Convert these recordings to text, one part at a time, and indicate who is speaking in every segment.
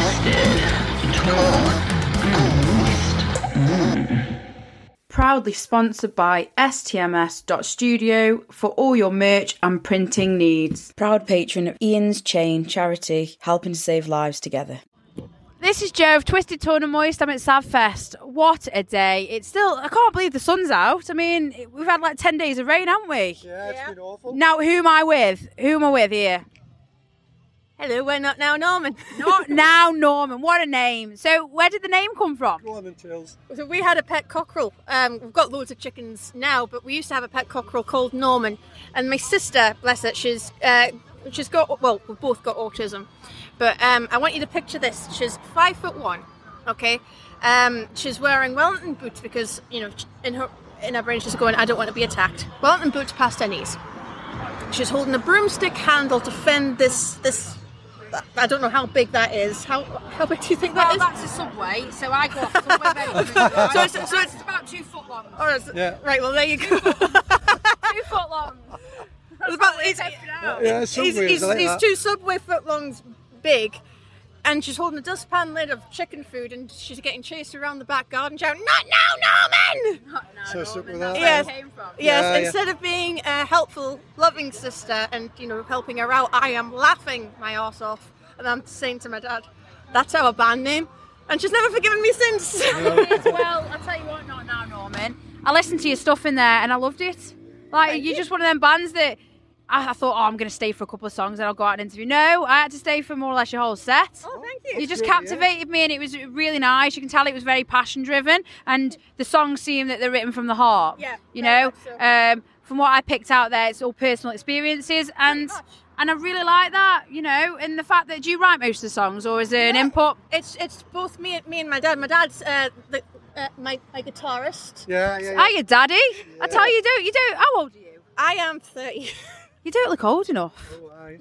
Speaker 1: twisted, torn, lost.
Speaker 2: Proudly sponsored by STMS.studio for all your merch and printing needs.
Speaker 3: Proud patron of Ian's Chain charity, helping to save lives together.
Speaker 2: This is Joe of Twisted Torn and Moist. I'm at Savfest. What a day. It's still, I can't believe the sun's out. I mean, it- we've had like 10 days of rain, haven't we?
Speaker 4: Yeah, it's been awful.
Speaker 2: Now, who am I with? Who am I with here?
Speaker 5: Hello, we're not now Norman.
Speaker 2: Not now, Norman. What a name. So, where did the name come from?
Speaker 4: Go on and Tails.
Speaker 5: So we had a pet cockerel. Um, we've got loads of chickens now, but we used to have a pet cockerel called Norman. And my sister, bless her, she's uh, she's got well, we've both got autism. But um, I want you to picture this. She's five foot one. Okay. Um, she's wearing Wellington boots because you know in her in her brain she's going, I don't want to be attacked. Wellington boots past her knees. She's holding a broomstick handle to fend this this. I don't know how big that is. How how big do you think that is?
Speaker 2: a subway, so I got subway
Speaker 5: So it's- so it's
Speaker 2: about two foot long.
Speaker 5: All right, so-
Speaker 4: Yeah.
Speaker 5: Right. Well, there you go.
Speaker 2: Two foot long.
Speaker 5: It's about- it's-
Speaker 4: Yeah, it's
Speaker 5: he's,
Speaker 4: Subway,
Speaker 5: he's-
Speaker 4: I like
Speaker 5: he's
Speaker 4: that.
Speaker 5: two subway footlongs big, and she's holding a dustpan lid of chicken food, and she's getting chased around the back garden, shouting, "Not now, Norman!"
Speaker 4: So stuck with that.
Speaker 5: Yes.
Speaker 2: came from.
Speaker 5: Yes,
Speaker 4: Yeah, yeah.
Speaker 5: instead of being a helpful, loving sister and you know helping her out, I am laughing my ass off, and I'm saying to my dad, "That's our band name," and she's never forgiven me since.
Speaker 2: well, I'll tell you what, not now, Norman. I listened to your stuff in there and I loved it. Like, you're just one of them bands that I, I thought, oh, I'm going to stay for a couple of songs and I'll go out and interview. No, I had to stay for more or less your whole set.
Speaker 5: oh, thank
Speaker 2: You
Speaker 5: you.
Speaker 2: just
Speaker 4: really nice.
Speaker 2: captivated me and it was really nice. You can tell it was very passion driven and the songs seem that they're written from the heart.
Speaker 5: Yeah,
Speaker 2: You
Speaker 5: very
Speaker 2: know,
Speaker 5: much so.
Speaker 2: um, from what I picked out there, it's all personal experiences and
Speaker 5: much.
Speaker 2: and I really like that, you know, and the fact that do you write most of the songs or is there an
Speaker 5: Yeah.
Speaker 2: input?
Speaker 5: It's it's both me and me and my dad. My dad's uh, the, uh, my my guitarist.
Speaker 4: Yeah, yeah, yeah.
Speaker 2: Are you daddy? I tell you, you don't you don't how old are you?
Speaker 5: I am thirty.
Speaker 2: You don't look old enough.
Speaker 4: Oh, aye.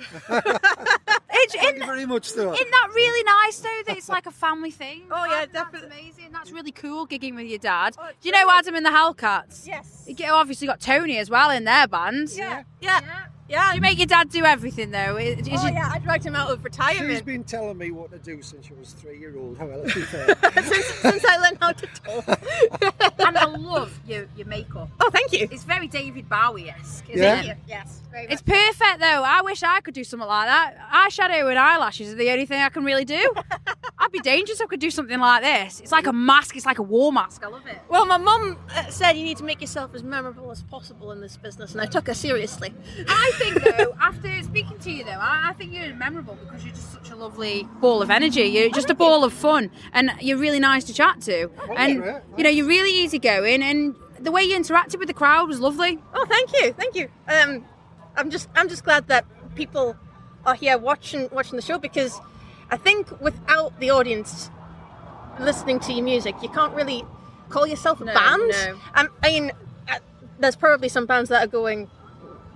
Speaker 2: It's
Speaker 4: Thank
Speaker 2: in,
Speaker 4: you very much, though.
Speaker 2: isn't that really nice though that it's like a family thing?
Speaker 5: Oh, yeah,
Speaker 2: Adam,
Speaker 5: definitely.
Speaker 2: That's amazing. That's really cool gigging with your dad.
Speaker 5: Oh,
Speaker 2: Do you know Adam and the Hellcats?
Speaker 5: Yes.
Speaker 2: You get- obviously got Tony as well in their band.
Speaker 5: Yeah. Yeah.
Speaker 2: Do
Speaker 5: Yeah.
Speaker 2: You make your dad do everything though. Is, is
Speaker 5: Oh,
Speaker 2: your-
Speaker 5: yeah. I dragged him out of
Speaker 4: She's
Speaker 5: retirement
Speaker 4: been telling me what to do since she was three year old. Well, let's be fair.
Speaker 5: since, since I learned how to talk.
Speaker 2: And I love your, your makeup.
Speaker 5: Oh, thank you.
Speaker 2: It's very David Bowie esque, isn't
Speaker 4: Yeah.
Speaker 2: it?
Speaker 5: Yes. Very
Speaker 2: It's perfect though. I wish I could do something like that. Eyeshadow and eyelashes are the only thing I can really do. I'd be dangerous if I could do something like this. It's like a mask, it's like a war mask. I love it.
Speaker 5: well, my mum uh, said you need to make yourself as memorable as possible in this business, and I took her seriously.
Speaker 2: I think though, after speaking to you though, I, I think you're memorable because you're just such a lovely ball of energy. You're just a ball of fun, and you're really nice to chat to. and
Speaker 4: great.
Speaker 2: you know, you're really easygoing, and the way you interacted with the crowd was lovely.
Speaker 5: Oh, thank you, thank you. Um, I'm just, I'm just glad that people are here watching, watching the show because I think without the audience listening to your music, you can't really call yourself a
Speaker 2: No,
Speaker 5: band.
Speaker 2: no.
Speaker 5: Um, I mean, uh, there's probably some bands that are going,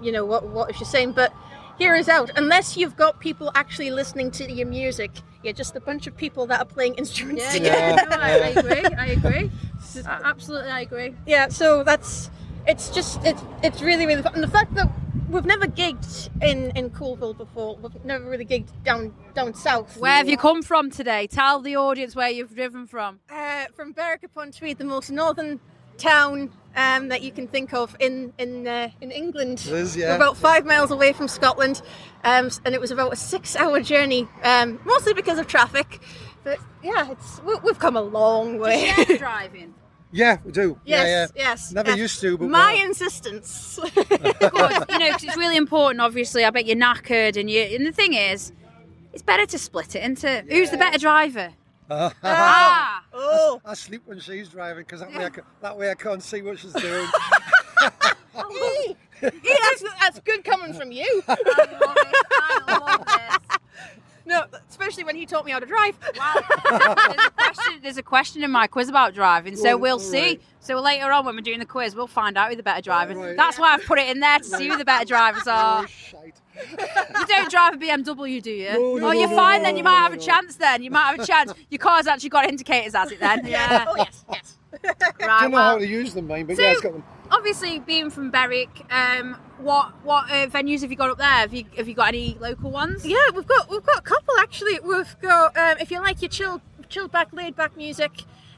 Speaker 5: you know, what, what is she saying? But here is out. Unless you've got people actually listening to your music, you're just a bunch of people that are playing instruments together.
Speaker 4: Yeah.
Speaker 2: No, I, I agree. I agree. A- Absolutely, I agree.
Speaker 5: yeah so that's it's just it's it's really really fun and the fact that we've never gigged in in Colville before we've never really gigged down down south
Speaker 2: Where have you come from today? Tell the audience where you've driven from.
Speaker 5: uh, from Berwick upon Tweed the most northern town um, that you can think of in in uh, in England
Speaker 4: It is, yeah.
Speaker 5: We're about five miles away from Scotland um, s- and it was about a six hour journey um, mostly because of traffic but yeah it's we, we've come a long way
Speaker 2: driving.
Speaker 4: yeah, we do. Yeah, yeah.
Speaker 5: yes yes
Speaker 4: Never
Speaker 5: yes.
Speaker 4: used to, but
Speaker 5: my
Speaker 4: well.
Speaker 5: insistence
Speaker 2: Good. You know, 'cause it's really important. Obviously, I bet you're knackered, and you. And the thing is, it's better to split it into who's the better driver. Ah.
Speaker 5: oh
Speaker 4: I sleep when she's driving because that, way I ca- that way I can't see what she's doing.
Speaker 5: Hey, that's, that's good coming from you. No, especially when he taught me how to drive.
Speaker 2: there's, a question, there's a question in my quiz about driving, so
Speaker 4: Oh,
Speaker 2: we'll
Speaker 4: all
Speaker 2: see.
Speaker 4: right.
Speaker 2: So later on, when we're doing the quiz, we'll find out who the better driver.
Speaker 4: All right.
Speaker 2: That's why I've put it in there to see who the better drivers
Speaker 4: oh,
Speaker 2: are.
Speaker 4: shite.
Speaker 2: You don't drive a BMW, do you?
Speaker 4: No, no,
Speaker 2: oh,
Speaker 4: no,
Speaker 2: you're
Speaker 4: no,
Speaker 2: fine
Speaker 4: no,
Speaker 2: then. You
Speaker 4: no,
Speaker 2: might
Speaker 4: no,
Speaker 2: have a
Speaker 4: no.
Speaker 2: chance then. You might have a chance. Your car's actually got indicators as it then. Yeah.
Speaker 5: Oh yes, yes.
Speaker 2: Right.
Speaker 4: don't know
Speaker 2: well,
Speaker 4: how to use them, mate, but
Speaker 2: So-
Speaker 4: yeah, it's got them.
Speaker 2: obviously being from Berwick, um, what what uh, venues have you got up there? Have you have you got any local ones?
Speaker 5: Yeah, we've got we've got a couple actually. We've got um, if you like your chill chilled back, laid back music.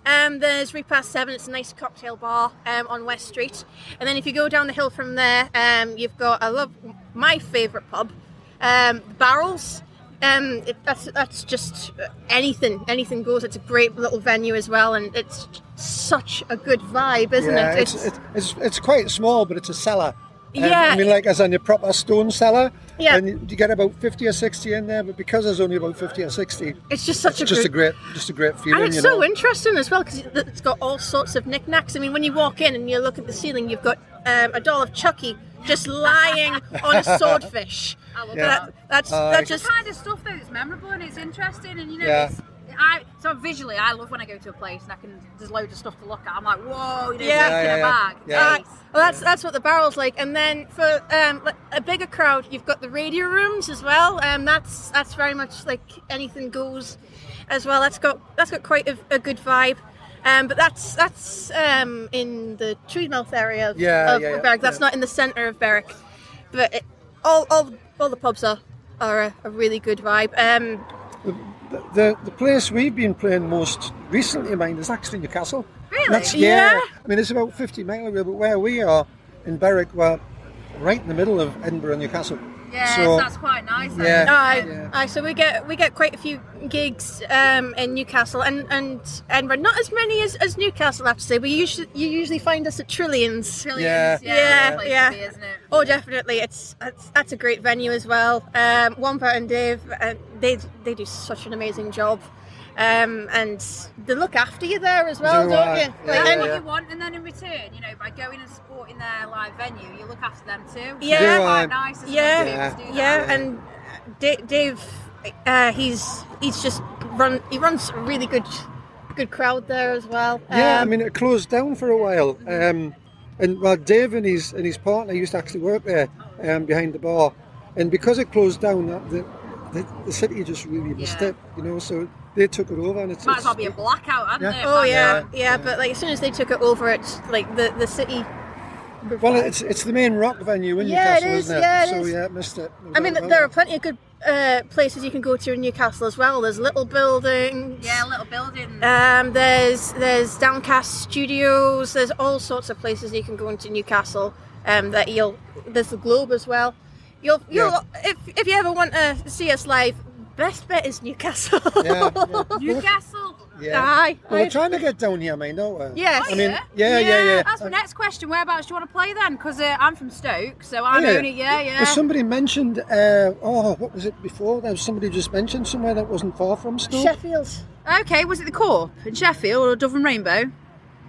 Speaker 5: Um, there's Repast Seven. It's a nice cocktail bar um, on West Street, and then if you go down the hill from there, um, you've got I love my favourite pub, um, Barrels. Um, it, that's that's just uh, anything anything goes. It's a great little venue as well, and it's such a good vibe, isn't
Speaker 4: yeah,
Speaker 5: it?
Speaker 4: it's, it's, it's, it's quite small, but it's a cellar. Um,
Speaker 5: Yeah.
Speaker 4: I mean, like, as in a proper stone cellar.
Speaker 5: Yeah.
Speaker 4: And you, you get about 50 or 60 in there, but because there's only about 50 or 60,
Speaker 5: it's just such a
Speaker 4: just
Speaker 5: good,
Speaker 4: a great, just a great feeling.
Speaker 5: And it's
Speaker 4: you
Speaker 5: so
Speaker 4: know?
Speaker 5: interesting as well because it's got all sorts of knickknacks. I mean, when you walk in and you look at the ceiling, you've got um, a doll of Chucky just lying on a swordfish.
Speaker 2: I love
Speaker 4: Yeah.
Speaker 5: That, that's
Speaker 4: Uh,
Speaker 5: that
Speaker 2: It's
Speaker 5: just
Speaker 2: the kind of stuff though that's memorable and it's interesting and you know
Speaker 4: Yeah.
Speaker 2: it's, I so visually I love when I go to a place and I can there's loads of stuff to look at. I'm like, whoa, you know,
Speaker 5: Yeah.
Speaker 2: yeah,
Speaker 4: Yeah, yeah,
Speaker 2: in a
Speaker 4: yeah.
Speaker 2: bag.
Speaker 4: Yeah.
Speaker 2: Nice.
Speaker 5: Uh, well, that's that's what the barrel's like. And then for um, like, a bigger crowd, you've got the radio rooms as well. Um, that's that's very much like anything goes, as well. That's got that's got quite a, a good vibe. Um, but that's that's um, in the Tweedmouth area of,
Speaker 4: Yeah,
Speaker 5: of
Speaker 4: yeah, yeah,
Speaker 5: Berwick. That's
Speaker 4: yeah.
Speaker 5: not in the centre of Berwick. But it, all, all all the pubs are are a, a really good vibe. Um,
Speaker 4: The, the place we've been playing most recently, mine, is actually Newcastle.
Speaker 2: Really?
Speaker 4: That's, yeah. I mean, it's about 50 miles away, but where we are in Berwick, we're right in the middle of Edinburgh and Newcastle.
Speaker 2: Yeah,
Speaker 4: So-
Speaker 2: that's quite nice. then.
Speaker 4: Yeah.
Speaker 5: Aye,
Speaker 4: Yeah.
Speaker 5: aye, so we get we get quite a few gigs um, in Newcastle and, and Edinburgh. Not as many as, as Newcastle, actually. We usually you usually find us at Trillions.
Speaker 2: Trillions,
Speaker 5: Yeah.
Speaker 2: yeah,
Speaker 5: Yeah,
Speaker 2: place
Speaker 5: yeah.
Speaker 2: To be, isn't it?
Speaker 5: Oh, definitely. It's, it's that's a great venue as well. Um, Wampa and Dave, uh, they they do such an amazing job, um, and they look after you there as well,
Speaker 4: Do
Speaker 5: don't
Speaker 4: I? Yeah,
Speaker 5: you? Like,
Speaker 2: That's
Speaker 5: and-
Speaker 2: what
Speaker 4: yeah.
Speaker 2: you want, and then in return, you know, by going and supporting their live venue, you look after them too.
Speaker 5: Yeah.
Speaker 2: It's
Speaker 4: Do um, I?
Speaker 2: quite nice. isn't it,
Speaker 5: Yeah.
Speaker 2: to be able to do that?
Speaker 5: yeah, and Da- Dave, uh, he's he's just run. He runs a really good, good crowd there as well.
Speaker 4: Yeah, I
Speaker 5: Um,
Speaker 4: mean it closed down for a while, um, and well, Dave and his and his partner used to actually work there um, behind the bar, and because it closed down, that the, the, the city just really missed
Speaker 2: Yeah.
Speaker 4: it, you know. So they took it over, and it's
Speaker 2: might as well be
Speaker 4: it's-
Speaker 2: a blackout, hadn't
Speaker 4: Yeah.
Speaker 2: it?
Speaker 5: Oh
Speaker 2: That's-
Speaker 5: yeah, yeah,
Speaker 4: Yeah,
Speaker 5: But like as soon as they took it over, it's like the the city.
Speaker 4: well, it's it's the main rock venue in
Speaker 5: Yeah, it
Speaker 4: Newcastle,
Speaker 5: is,
Speaker 4: isn't it?
Speaker 5: yeah, it
Speaker 4: so
Speaker 5: is.
Speaker 4: yeah, it missed it.
Speaker 5: I mean, there are plenty of good uh, places you can go to in Newcastle as well. There's little buildings.
Speaker 2: Yeah, little building.
Speaker 4: Uh,
Speaker 5: Um, there's there's Downcast Studios. There's all sorts of places you can go into Newcastle. Um, that you'll there's the Globe as well. You'll you'll if if you ever want to see us live, best bet is Newcastle.
Speaker 4: yeah, yeah.
Speaker 2: Newcastle.
Speaker 4: yeah.
Speaker 5: Aye,
Speaker 4: Well,
Speaker 5: aye.
Speaker 4: we're trying to get down here, mate, don't we?
Speaker 5: Yes. Oh,
Speaker 4: I mean, yeah, yeah, yeah.
Speaker 2: That's my
Speaker 4: Um,
Speaker 2: next question. Whereabouts do you want to play then? Because uh, I'm from Stoke, so I'm
Speaker 4: Yeah.
Speaker 2: only yeah, yeah.
Speaker 4: Well, somebody mentioned, uh, oh, what was it before? There was somebody just mentioned somewhere that wasn't far from Stoke.
Speaker 5: Sheffield.
Speaker 2: Okay, was it the Corp in Sheffield or Dove and Rainbow?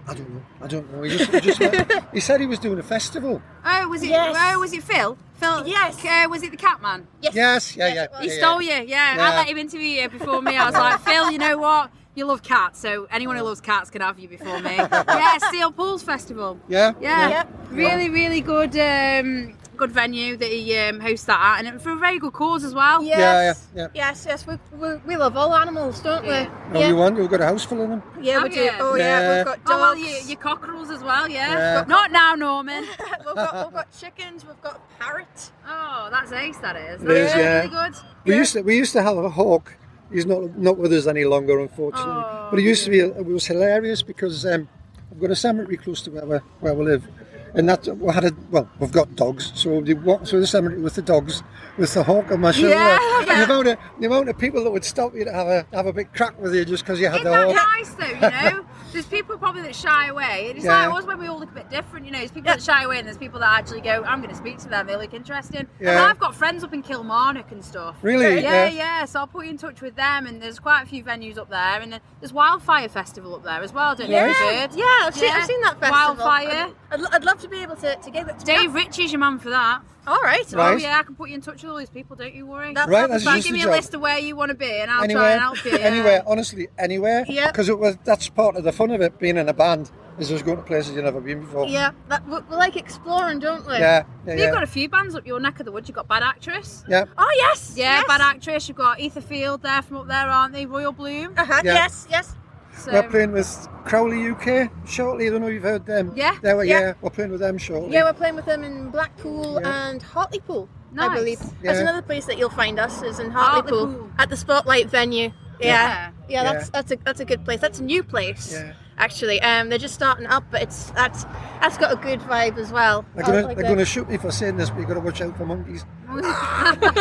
Speaker 4: I don't know. I don't know. He just, he, just went- he said he was doing a festival.
Speaker 2: Oh, was it?
Speaker 5: Yes.
Speaker 2: Oh, was it Phil? Phil?
Speaker 5: Yes.
Speaker 2: Uh, was it the Catman?
Speaker 5: Yes.
Speaker 4: Yes, yeah,
Speaker 5: Yes,
Speaker 4: yeah.
Speaker 5: it was.
Speaker 2: He
Speaker 4: yeah,
Speaker 2: stole
Speaker 4: yeah.
Speaker 2: you. Yeah, I
Speaker 4: Yeah.
Speaker 2: let him interview you before me. I was like, Phil, you know what? You love cats, so anyone who loves cats can have you before me. yeah, Steel Pools Festival.
Speaker 4: Yeah,
Speaker 2: Yeah.
Speaker 5: Yeah.
Speaker 2: Really, really good. Um, good venue that he um, hosts that at, and it- for a very good cause as well.
Speaker 5: Yes.
Speaker 4: yeah, yeah.
Speaker 5: Yes, yes, we, we, we love all animals, don't
Speaker 2: Yeah.
Speaker 5: we?
Speaker 4: No, we won't. We've got a house full of them.
Speaker 5: yeah, we
Speaker 2: Have
Speaker 5: do.
Speaker 2: you?
Speaker 5: Oh yeah,
Speaker 4: Yeah.
Speaker 5: we've got dogs.
Speaker 2: Oh well, you, your cockerels as well, yeah.
Speaker 4: Yeah.
Speaker 2: Not now, Norman.
Speaker 5: we've got we've got chickens. We've got parrot.
Speaker 2: Oh, that's ace. That is.
Speaker 4: It
Speaker 2: That's
Speaker 4: is, yeah.
Speaker 2: Really good.
Speaker 4: We
Speaker 5: Yeah.
Speaker 4: used to we used to have a hawk. He's not not with us any longer, unfortunately.
Speaker 2: Oh,
Speaker 4: but it used to be it was hilarious because um, I've got a cemetery close to where we where we live, and that we had a well we've got dogs, so we walked through the cemetery with the dogs with the hawk on my shoulder.
Speaker 2: Yeah,
Speaker 4: And
Speaker 2: yeah.
Speaker 4: The amount of the amount of people that would stop you to have a have a big crack with you just because you had
Speaker 2: Isn't
Speaker 4: the
Speaker 2: that
Speaker 4: hawk.
Speaker 2: nice though? You know, there's people probably that shy away. and It's
Speaker 4: Yeah.
Speaker 2: like always when we all look a bit different. You know, there's people that shy away, and there's people that actually go, "I'm going to speak to them. They look interesting." And
Speaker 4: Yeah.
Speaker 2: I've got friends up in Kilmarnock and stuff.
Speaker 4: Really?
Speaker 2: Yeah, yeah,
Speaker 4: Yeah.
Speaker 2: So I'll put you in touch with them, and there's quite a few venues up there, and then there's Wildfire Festival up there as well. Don't know if you've heard.
Speaker 5: Yeah, I've, Seen, I've
Speaker 2: Yeah.
Speaker 5: seen that festival.
Speaker 2: Wildfire.
Speaker 5: I'd, I'd, I'd love to be able to, to get it. to-
Speaker 2: Dave Ritchie's your man for that.
Speaker 5: All right.
Speaker 2: Oh
Speaker 4: Right.
Speaker 2: yeah, I can put you in touch with all these people. Don't you worry.
Speaker 5: That's
Speaker 4: Right, that's
Speaker 2: Right,
Speaker 4: just
Speaker 2: give
Speaker 4: the
Speaker 2: me
Speaker 4: job.
Speaker 2: a list of where you want to be, and I'll try
Speaker 4: anywhere,
Speaker 2: and help you.
Speaker 4: anywhere, Oh, honestly, anywhere.
Speaker 5: Yeah.
Speaker 4: Because it was that's part of the fun of it being in a band is just going to places you've never been before.
Speaker 5: Yeah, that, we, we like exploring, don't we?
Speaker 4: yeah, yeah.
Speaker 2: You've
Speaker 4: yeah.
Speaker 2: got a few bands up your neck of the woods. You've got Bad Actress.
Speaker 4: yeah.
Speaker 5: Oh yes.
Speaker 2: Yeah,
Speaker 5: yes.
Speaker 2: Bad Actress. You've got Ether Field there from up there, aren't they? Royal Bloom.
Speaker 5: Uh-huh,
Speaker 4: Yeah.
Speaker 5: Yes, yes.
Speaker 2: So-
Speaker 4: We're playing with Crowley UK shortly. I don't know if you've heard them.
Speaker 2: Yeah,
Speaker 4: They were,
Speaker 5: yeah.
Speaker 4: yeah. we're playing with them shortly.
Speaker 5: Yeah, we're playing with them in Blackpool
Speaker 4: Yeah.
Speaker 5: and Hartlepool, I
Speaker 2: Nice.
Speaker 5: believe. That's
Speaker 4: Yeah.
Speaker 5: another place that you'll find us is in Hartlepool,
Speaker 2: Hartlepool.
Speaker 5: at the Spotlight venue. Yeah. yeah.
Speaker 4: Yeah.
Speaker 5: that's that's a that's a good place. That's a new place,
Speaker 4: Yeah.
Speaker 5: actually. Um, they're just starting up, but it's that's that's got a good vibe as well. Oh
Speaker 4: They're
Speaker 5: I
Speaker 4: gonna,
Speaker 5: like
Speaker 4: they're
Speaker 5: that.
Speaker 4: gonna shoot me for saying this, but you've got to watch out for monkeys.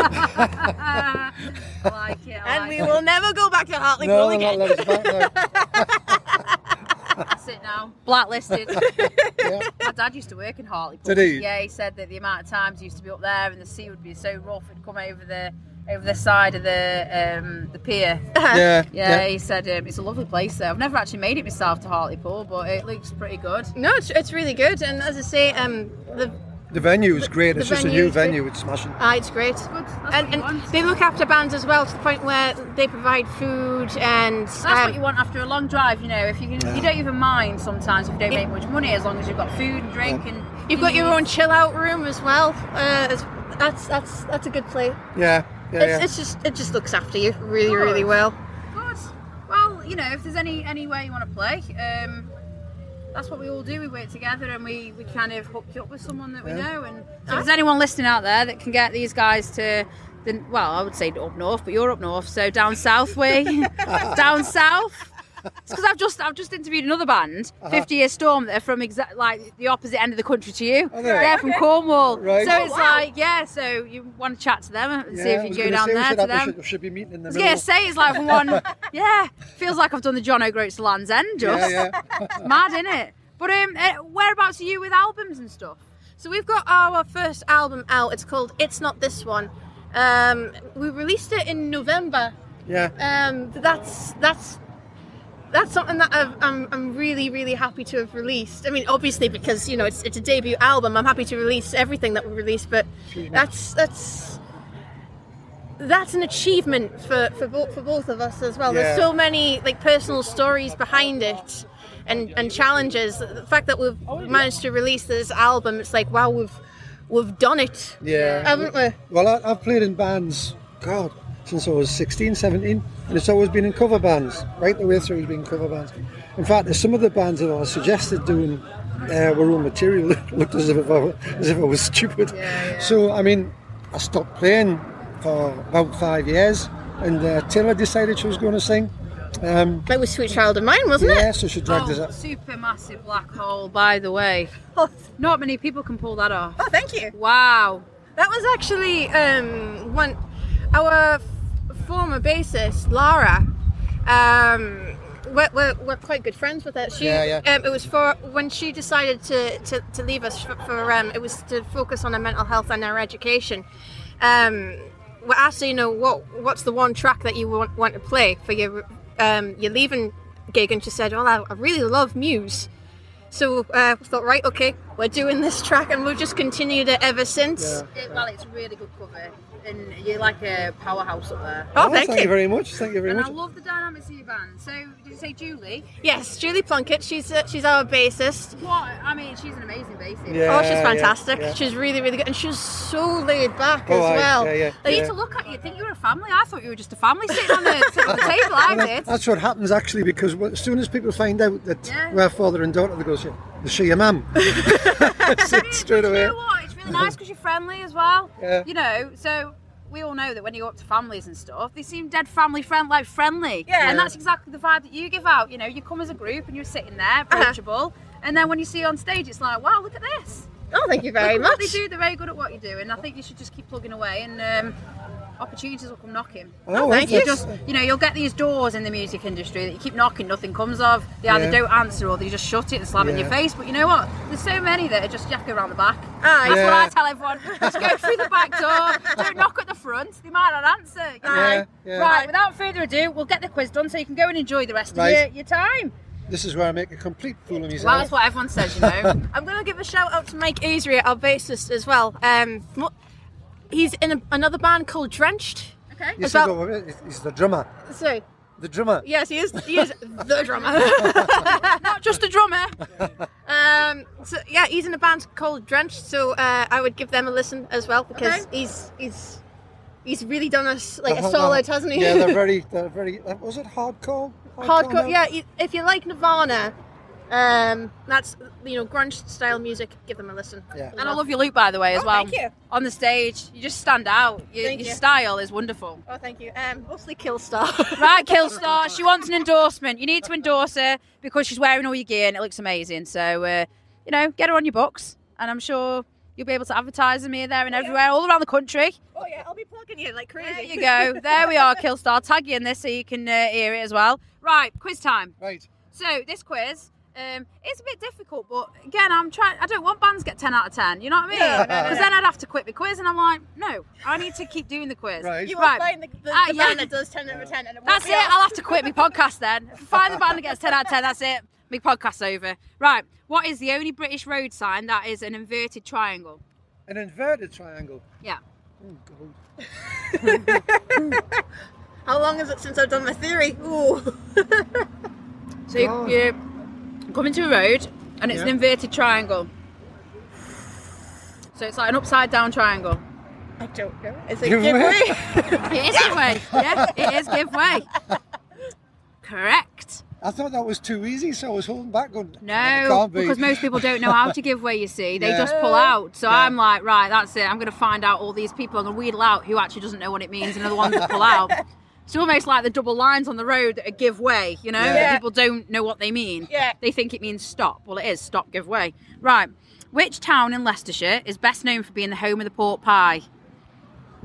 Speaker 2: I like it. I
Speaker 5: and
Speaker 2: like
Speaker 5: we
Speaker 2: it.
Speaker 5: will never go back to Hartlepool
Speaker 4: no,
Speaker 5: again.
Speaker 4: they're not letting us back
Speaker 2: That's it now. Blacklisted.
Speaker 4: now. Yeah.
Speaker 2: My dad used to work in Hartlepool.
Speaker 4: Did he?
Speaker 2: Yeah, he said that the amount of times he used to be up there and the sea would be so rough, it'd come over the over the side of the um, the pier.
Speaker 4: yeah,
Speaker 2: Yeah, he said um, it's a lovely place though. I've never actually made it myself to Hartlepool, but it looks pretty good.
Speaker 5: No, it's, it's really good. And as I say, um, the
Speaker 4: The venue is great.
Speaker 5: The
Speaker 4: It's just a
Speaker 5: venue
Speaker 4: new
Speaker 5: is great.
Speaker 4: venue. It's smashing.
Speaker 5: ah, it's great.
Speaker 2: Good. That's
Speaker 5: And,
Speaker 2: what you
Speaker 5: and
Speaker 2: want.
Speaker 5: they look after bands as well to the point where they provide food and
Speaker 2: That's
Speaker 5: um,
Speaker 2: what you want after a long drive, you know. If you can, you don't even mind sometimes if you don't make much money, as long as you've got food and drink and
Speaker 5: You've got your own chill out room as well. Uh, it's- that's that's that's a good place.
Speaker 4: Yeah, yeah, yeah.
Speaker 5: It's, it's just it just looks after you really
Speaker 2: Good.
Speaker 5: really well.
Speaker 2: Good. Well, you know, if there's any any way you want to play, um, that's what we all do. We work together and we, we kind of hook you up with someone that we
Speaker 4: Yeah.
Speaker 2: know. And so if there's anyone listening out there that can get these guys to, then well, I would say up north, but you're up north, so down south way, down south. It's because I've just I've just interviewed another band,
Speaker 4: Uh-huh.
Speaker 2: Fifty Year Storm. They're from exact like the opposite end of the country to you.
Speaker 4: Are they?
Speaker 2: They're from Cornwall,
Speaker 4: Oh, Right.
Speaker 2: so
Speaker 4: Oh,
Speaker 2: it's
Speaker 5: wow.
Speaker 2: like yeah. So you want to chat to them and see
Speaker 4: Yeah,
Speaker 2: if
Speaker 4: I
Speaker 2: you
Speaker 4: was
Speaker 2: can go
Speaker 4: gonna
Speaker 2: down
Speaker 4: say we
Speaker 2: there
Speaker 4: should
Speaker 2: to them.
Speaker 4: have- we should- We should be meeting in
Speaker 2: I
Speaker 4: the
Speaker 2: was gonna
Speaker 4: middle.
Speaker 2: say it's like one. yeah, feels like I've done the John O'Groats to Land's End.
Speaker 4: yeah,
Speaker 2: Just
Speaker 4: yeah.
Speaker 2: It's mad, isn't it? But um, uh, whereabouts are you with albums and stuff?
Speaker 5: So we've got our first album out. It's called It's Not This One. Um, we released it in November.
Speaker 4: yeah.
Speaker 5: Um, but that's that's that's something that I've, I'm I'm really really happy to have released. I mean, obviously because you know it's it's a debut album. I'm happy to release everything that we release, but that's that's that's an achievement for for both for both of us as well. There's
Speaker 4: Yeah.
Speaker 5: so many like personal stories behind it. And, and challenges. The fact that we've managed to release this album, it's like wow, we've we've done it,
Speaker 4: Yeah.
Speaker 5: haven't we?
Speaker 4: Well, I, I've played in bands, God, since I was 16, 17, and it's always been in cover bands. Right the way through, it's been cover bands. In fact, there's some of the bands that I suggested doing uh, were own material It looked as if I were, as if I was stupid. So, I mean, I stopped playing for about five years, and uh, Taylor decided she was going to sing. Um,
Speaker 5: Like with "Sweet Child of Mine," wasn't
Speaker 4: yeah,
Speaker 5: it?
Speaker 4: so she dragged us up.
Speaker 2: super massive black hole, by the way.
Speaker 5: Oh,
Speaker 2: Not many people can pull that off.
Speaker 5: oh, thank you.
Speaker 2: Wow.
Speaker 5: That was actually um, one our f- former bassist Lara. Um, we're, we're, we're quite good friends with her. She,
Speaker 4: Yeah, yeah.
Speaker 5: Um, it was for when she decided to, to, to leave us for, for um, it was to focus on her mental health and her education. Um, we're asked, you know, what what's the one track that you want, want to play for your um, your leaving gig, and she said, "Well, I, I really love Muse." So uh, we thought, right, okay, we're doing this track, and we've just continued it ever since.
Speaker 4: Yeah.
Speaker 2: well, it's a really good cover, and you're like a powerhouse up there.
Speaker 5: Oh, thank, you.
Speaker 4: very much. Thank you very
Speaker 2: And I
Speaker 4: much.
Speaker 2: love the dynamics of your band. So, did you say Julie?
Speaker 5: Yes, Julie Plunkett. She's uh, she's our bassist.
Speaker 2: What? I mean, she's an amazing bassist.
Speaker 4: Yeah.
Speaker 5: oh, she's fantastic.
Speaker 4: yeah.
Speaker 5: She's really really good, and she's so laid back
Speaker 4: Oh,
Speaker 5: as
Speaker 4: aye,
Speaker 5: well.
Speaker 4: yeah, yeah,
Speaker 5: Like,
Speaker 2: I need to look at you. Think you were a family? I thought you were just a family sitting on the, sitting on the table. I
Speaker 4: Well,
Speaker 2: did.
Speaker 4: That's what happens actually, because wh- as soon as people find out that
Speaker 2: Yeah.
Speaker 4: we're father and daughter, they go, "So, "Is she your mum?" That's it straight
Speaker 2: But you
Speaker 4: away. Oh,
Speaker 2: know what? It's really nice because you're friendly as well.
Speaker 4: Yeah.
Speaker 2: You know, so we all know that when you go up to families and stuff, they seem dead family friend, like friendly.
Speaker 5: Yeah.
Speaker 2: And that's exactly the vibe that you give out. You know, you come as a group and you're sitting there, approachable, and then when you see you on stage, it's like, wow, look at this.
Speaker 5: Oh, thank you
Speaker 2: Look
Speaker 5: very
Speaker 2: at what
Speaker 5: much.
Speaker 2: they do. They're very good at what you do, and I think you should just keep plugging away and. Um, Opportunities will come knocking.
Speaker 4: Oh,
Speaker 5: thank
Speaker 4: that's-
Speaker 5: you.
Speaker 2: Just you know, you'll get these doors in the music industry that you keep knocking, nothing comes of. They either
Speaker 4: Yeah.
Speaker 2: don't answer or they just shut it and slam it in your
Speaker 4: Yeah.
Speaker 2: face. But you know what? There's so many that are just yuck around the back.
Speaker 5: Aye.
Speaker 2: That's
Speaker 4: Yeah.
Speaker 2: what I tell everyone. Just go through the back door. Don't knock at the front. They might not answer. you know.
Speaker 4: Yeah, yeah.
Speaker 2: Right. Without further ado, we'll get the quiz done so you can go and enjoy the rest
Speaker 4: Right.
Speaker 2: of your, your time.
Speaker 4: This is where I make a complete fool of
Speaker 2: Well,
Speaker 4: myself.
Speaker 2: that's what everyone says, you know.
Speaker 5: I'm gonna give a shout out to Mike Azria, our bassist, as well. Um, mo- he's in a, another band called Drenched.
Speaker 2: okay.
Speaker 4: Yes,
Speaker 5: about-
Speaker 4: no, it- it's the drummer.
Speaker 5: So
Speaker 4: The drummer.
Speaker 5: yes, he is. He is the drummer.
Speaker 2: Not just a drummer.
Speaker 5: Um, so yeah, he's in a band called Drenched, so uh, I would give them a listen as well because
Speaker 2: Okay.
Speaker 5: he's he's he's really done us like
Speaker 4: The
Speaker 5: a
Speaker 4: hard-
Speaker 5: solid, hasn't he?
Speaker 4: Yeah, they're very, they're very. uh, Was it hardcore?
Speaker 5: hardcore. Yeah, you, if you like Nirvana, um, that's you know grunge style music. Give them a listen.
Speaker 4: Yeah.
Speaker 2: And I love your look, by the way, as
Speaker 5: Oh,
Speaker 2: well.
Speaker 5: thank you.
Speaker 2: On the stage, you just stand out. Your,
Speaker 5: Thank
Speaker 2: your
Speaker 5: you.
Speaker 2: style is wonderful.
Speaker 5: Oh, thank you. Um, mostly Killstar.
Speaker 2: Right, Killstar, she wants an endorsement. You need to endorse her because she's wearing all your gear and it looks amazing. So, uh, you know, get her on your books, and I'm sure you'll be able to advertise them here, there, and
Speaker 5: Oh, yeah.
Speaker 2: everywhere, all around the country.
Speaker 5: Oh yeah, I'll be plugging you like crazy.
Speaker 2: There you go. There we are, Killstar. Tag you in this so you can uh, hear it as well. Right, quiz time.
Speaker 4: Right.
Speaker 2: So this quiz. Um, it's a bit difficult, but again, I'm trying. I don't want bands to get ten out of ten. You know what I mean?
Speaker 5: Yeah,
Speaker 2: Because
Speaker 4: no, no,
Speaker 2: then I'd have to quit the quiz, and I'm like, no, I need to keep doing the quiz.
Speaker 4: Right.
Speaker 5: You will
Speaker 2: Right.
Speaker 5: find the, the,
Speaker 2: Ah,
Speaker 5: the
Speaker 2: yeah.
Speaker 5: band that does ten over ten, and it
Speaker 2: That's it.
Speaker 5: won't be us.
Speaker 2: I'll have to quit my podcast then. If I Find the band that gets 10 out of 10. That's it. My podcast's over. Right. What is the only British road sign that is an inverted triangle?
Speaker 4: An inverted triangle.
Speaker 2: Yeah.
Speaker 4: Oh, God.
Speaker 5: How long is it since I've done my theory? Ooh.
Speaker 2: So you,
Speaker 4: God.
Speaker 2: you come into a road and it's an
Speaker 4: Yeah.
Speaker 2: inverted triangle. So it's like an upside down triangle.
Speaker 5: I don't know. Is it
Speaker 4: Give
Speaker 5: give
Speaker 4: way.
Speaker 5: way?
Speaker 2: It is give way. Yeah, it is give way. Correct.
Speaker 4: I thought that was too easy, so I was holding back. Going, "It
Speaker 2: No,
Speaker 4: can't be."
Speaker 2: because most people don't know how to give way. You see, they
Speaker 4: Yeah.
Speaker 2: just pull out. So
Speaker 4: Yeah.
Speaker 2: I'm like, right, that's it. I'm going to find out all these people. I'm going to wheedle out who actually doesn't know what it means, and are the ones that pull out. It's almost like the double lines on the road that are give way. You know,
Speaker 4: Yeah.
Speaker 2: that
Speaker 5: Yeah.
Speaker 2: people don't know what they mean.
Speaker 5: Yeah.
Speaker 2: they think it means stop. Well, it is stop, give way. Right, which town in Leicestershire is best known for being the home of the pork pie?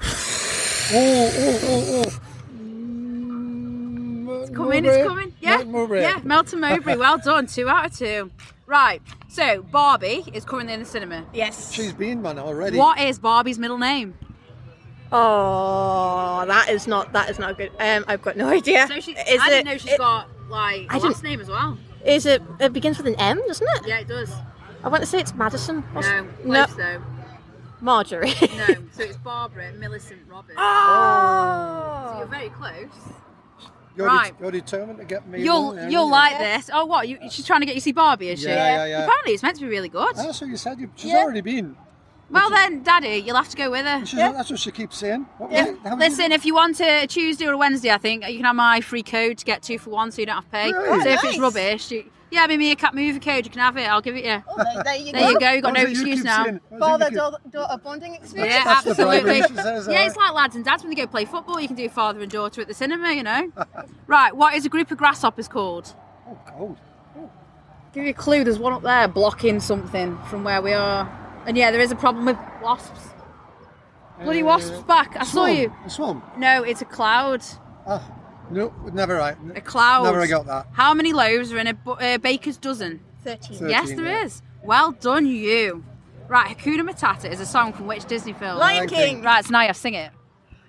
Speaker 4: Oh, oh, oh, oh. Mm,
Speaker 2: It's coming,
Speaker 4: Mowbray.
Speaker 2: it's coming. Yeah.
Speaker 4: Mount Mowbray.
Speaker 2: Yeah, Melton Mowbray. Well done. Two out of two. Right. So Barbie is currently in the cinema.
Speaker 5: Yes.
Speaker 4: She's been man already.
Speaker 2: What is Barbie's middle name?
Speaker 5: Oh, that is not that is not good. Um, I've got no idea.
Speaker 2: So she,
Speaker 5: is
Speaker 2: I
Speaker 5: it,
Speaker 2: didn't know she's
Speaker 5: it-
Speaker 2: got like a
Speaker 5: I didn't-
Speaker 2: last name as well.
Speaker 5: Is it? It begins with an M, doesn't it?
Speaker 2: Yeah, it does.
Speaker 5: I want to say it's Madison. or s-
Speaker 2: No,
Speaker 5: no,
Speaker 2: close though.
Speaker 5: Marjorie.
Speaker 2: No, so it's Barbara Millicent Roberts. So you're
Speaker 5: oh.
Speaker 2: very close.
Speaker 4: You're,
Speaker 2: Right.
Speaker 4: you're determined to get me.
Speaker 2: You'll
Speaker 4: wrong, aren't
Speaker 2: you'll
Speaker 4: you?
Speaker 2: like this. Oh, what? You, she's trying to get you to see Barbie, is she?
Speaker 4: Yeah, yeah, yeah.
Speaker 2: Apparently, it's meant to be really good.
Speaker 4: Ah, so you said you, she's
Speaker 5: Yeah.
Speaker 4: already been.
Speaker 2: well then, Daddy, you'll have to go with her.
Speaker 4: She's, That's what she keeps saying. What was
Speaker 5: Yeah.
Speaker 4: it? How many-
Speaker 2: Listen, if you want a Tuesday or a Wednesday, I think you can have my free code to get two for one, so you don't have to pay.
Speaker 4: Really?
Speaker 2: So if
Speaker 5: Oh,
Speaker 2: it's
Speaker 5: nice.
Speaker 2: rubbish, you, yeah, maybe a cat movie code, you can have it. I'll give it you.
Speaker 5: Oh, there, there you
Speaker 2: There
Speaker 5: go.
Speaker 2: you go. You have got
Speaker 4: What
Speaker 2: no
Speaker 4: was it you
Speaker 2: excuse
Speaker 4: keep
Speaker 2: now.
Speaker 4: saying? What was it you
Speaker 5: Father
Speaker 4: keep-
Speaker 5: daughter, daughter bonding experience.
Speaker 2: Yeah,
Speaker 4: That's the
Speaker 2: absolutely.
Speaker 4: vibration, says,
Speaker 2: yeah,
Speaker 4: uh,
Speaker 2: it's like lads and dads when they go play football. You can do father and daughter at the cinema, you know. right, what is a group of grasshoppers called?
Speaker 4: Oh, God.
Speaker 2: Give you a clue. There's one up there blocking something from where we are. And yeah, there is a problem with wasps. Bloody
Speaker 4: Uh,
Speaker 2: wasps back. I saw
Speaker 4: swarm.
Speaker 2: you.
Speaker 4: A swarm.
Speaker 2: No, it's a cloud.
Speaker 4: Ah, no, never right.
Speaker 2: A cloud.
Speaker 4: Never got that.
Speaker 2: How many loaves are in a bu- uh, baker's dozen?
Speaker 5: Thirteen.
Speaker 4: So-
Speaker 2: yes,
Speaker 4: 13,
Speaker 2: there is.
Speaker 4: yeah.
Speaker 2: Well done, you. Right, Hakuna Matata is a song from which Disney film?
Speaker 4: Lion
Speaker 5: Lion King.
Speaker 2: Right, so now you have to sing it.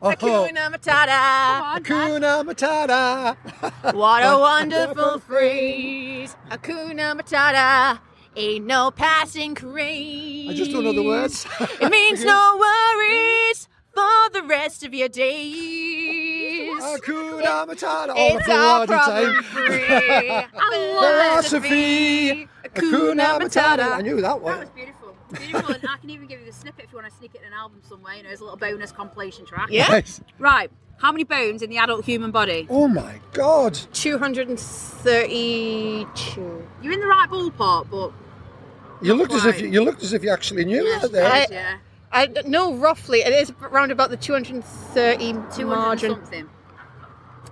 Speaker 4: Oh,
Speaker 5: Hakuna
Speaker 2: Come
Speaker 5: Matata.
Speaker 2: on, lad.
Speaker 4: Hakuna Matata.
Speaker 5: What a wonderful phrase. Hakuna Matata. Ain't no passing craze.
Speaker 4: I just don't know the words.
Speaker 5: It means no worries for the rest of your days.
Speaker 4: Hakuna Matata. All
Speaker 5: It's
Speaker 4: the
Speaker 5: our
Speaker 4: bloody
Speaker 5: problem
Speaker 4: time.
Speaker 5: free.
Speaker 4: Philosophy.
Speaker 5: Hakuna
Speaker 4: Hakuna Matata. I
Speaker 5: Matata.
Speaker 4: knew that
Speaker 2: That
Speaker 4: one.
Speaker 2: was beautiful. Beautiful, and I can even give you the snippet if you want to sneak it in an album somewhere, you know, as a little bonus compilation track.
Speaker 5: Yeah.
Speaker 4: Nice.
Speaker 2: Right, how many bones in the adult human body?
Speaker 4: Oh my God.
Speaker 5: 232.
Speaker 2: You're in the right ballpark, but.
Speaker 4: You looked as if
Speaker 2: Right.
Speaker 4: you, you looked as if you actually knew that there.
Speaker 5: I-
Speaker 2: yeah.
Speaker 5: I d- know roughly. It is around about the 230
Speaker 2: 200 and
Speaker 5: margin.
Speaker 2: something.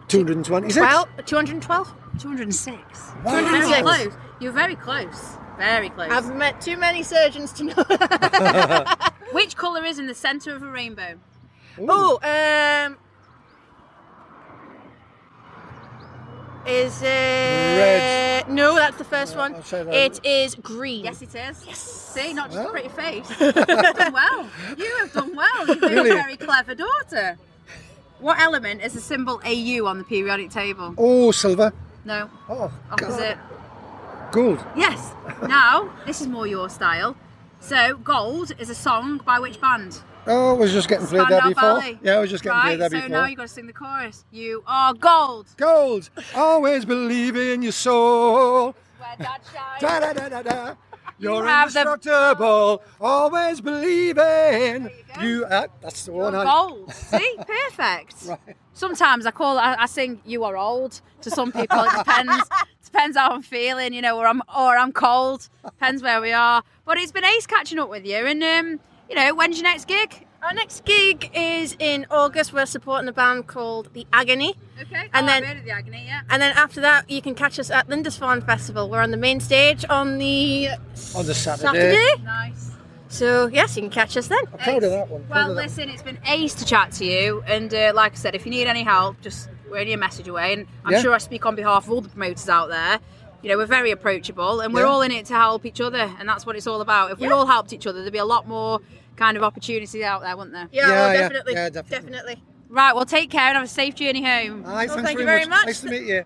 Speaker 4: 226.
Speaker 5: Well, 212?
Speaker 2: 206.
Speaker 4: Wow.
Speaker 2: Very
Speaker 5: 206.
Speaker 2: close. You're very close. Very close.
Speaker 5: I've met too many surgeons to know.
Speaker 2: Which colour is in the centre of a rainbow?
Speaker 4: Ooh.
Speaker 5: oh, um. Is it.
Speaker 4: Red.
Speaker 5: No, that's the first
Speaker 4: Yeah,
Speaker 5: one.
Speaker 4: I'll say that.
Speaker 5: It is green.
Speaker 2: Yes, it is.
Speaker 5: Yes.
Speaker 2: See, not just a
Speaker 4: Well.
Speaker 2: pretty face. You've done well. You have done well. You've been
Speaker 4: Really?
Speaker 2: a very clever daughter. What element is the symbol AU on the periodic table?
Speaker 4: Oh, silver.
Speaker 2: No,
Speaker 4: Oh,
Speaker 2: opposite.
Speaker 4: God. Gold.
Speaker 2: Yes. Now, this is more your style. So, Gold is a song by which band?
Speaker 4: Oh, I was just getting played there
Speaker 2: Spandau
Speaker 4: before.
Speaker 2: Ballet.
Speaker 4: Yeah, I was just getting
Speaker 2: right,
Speaker 4: played there
Speaker 2: so
Speaker 4: before.
Speaker 2: now you've got to sing the chorus. You are gold.
Speaker 4: Gold. Always believe in your soul.
Speaker 2: Where dad shines.
Speaker 4: Da da da da da. You're
Speaker 2: have the-
Speaker 4: indestructible, always believing. You, uh, that's the one.
Speaker 2: You're
Speaker 4: I,
Speaker 2: old. See, perfect.
Speaker 4: Right.
Speaker 2: Sometimes I call, I, I sing "You Are Old" to some people. It depends. depends how I'm feeling, you know, or I'm or I'm cold. Depends where we are. But it's been ace catching up with you, and um, you know, when's your next gig?
Speaker 5: Our next gig is in August. We're supporting a band called The Agony.
Speaker 2: Okay, Oh,
Speaker 5: And then-
Speaker 2: the agony, yeah.
Speaker 5: And then after that, you can catch us at Lindisfarne Festival. We're on the main stage on the
Speaker 4: on the Saturday.
Speaker 5: Saturday.
Speaker 2: Nice.
Speaker 5: So, yes, you can catch us then.
Speaker 4: I'm proud of that one. proud
Speaker 2: Well,
Speaker 4: of that one.
Speaker 2: listen, it's been ace to chat to you, and uh, like I said, if you need any help, just we're only a message away, and I'm
Speaker 4: Yeah.
Speaker 2: sure I speak on behalf of all the promoters out there. You know, we're very approachable, and we're
Speaker 4: Yeah.
Speaker 2: all in it to help each other, and that's what it's all about. If we all helped each other, there'd be a lot more kind of opportunities out there, wouldn't there?
Speaker 5: Yeah,
Speaker 4: Yeah,
Speaker 5: well,
Speaker 4: yeah,
Speaker 5: definitely,
Speaker 4: yeah, definitely.
Speaker 5: definitely.
Speaker 2: Right. Well, take care and have a safe journey home.
Speaker 4: Aye, thanks
Speaker 5: thank you
Speaker 4: very
Speaker 5: very much.
Speaker 4: Nice to meet you.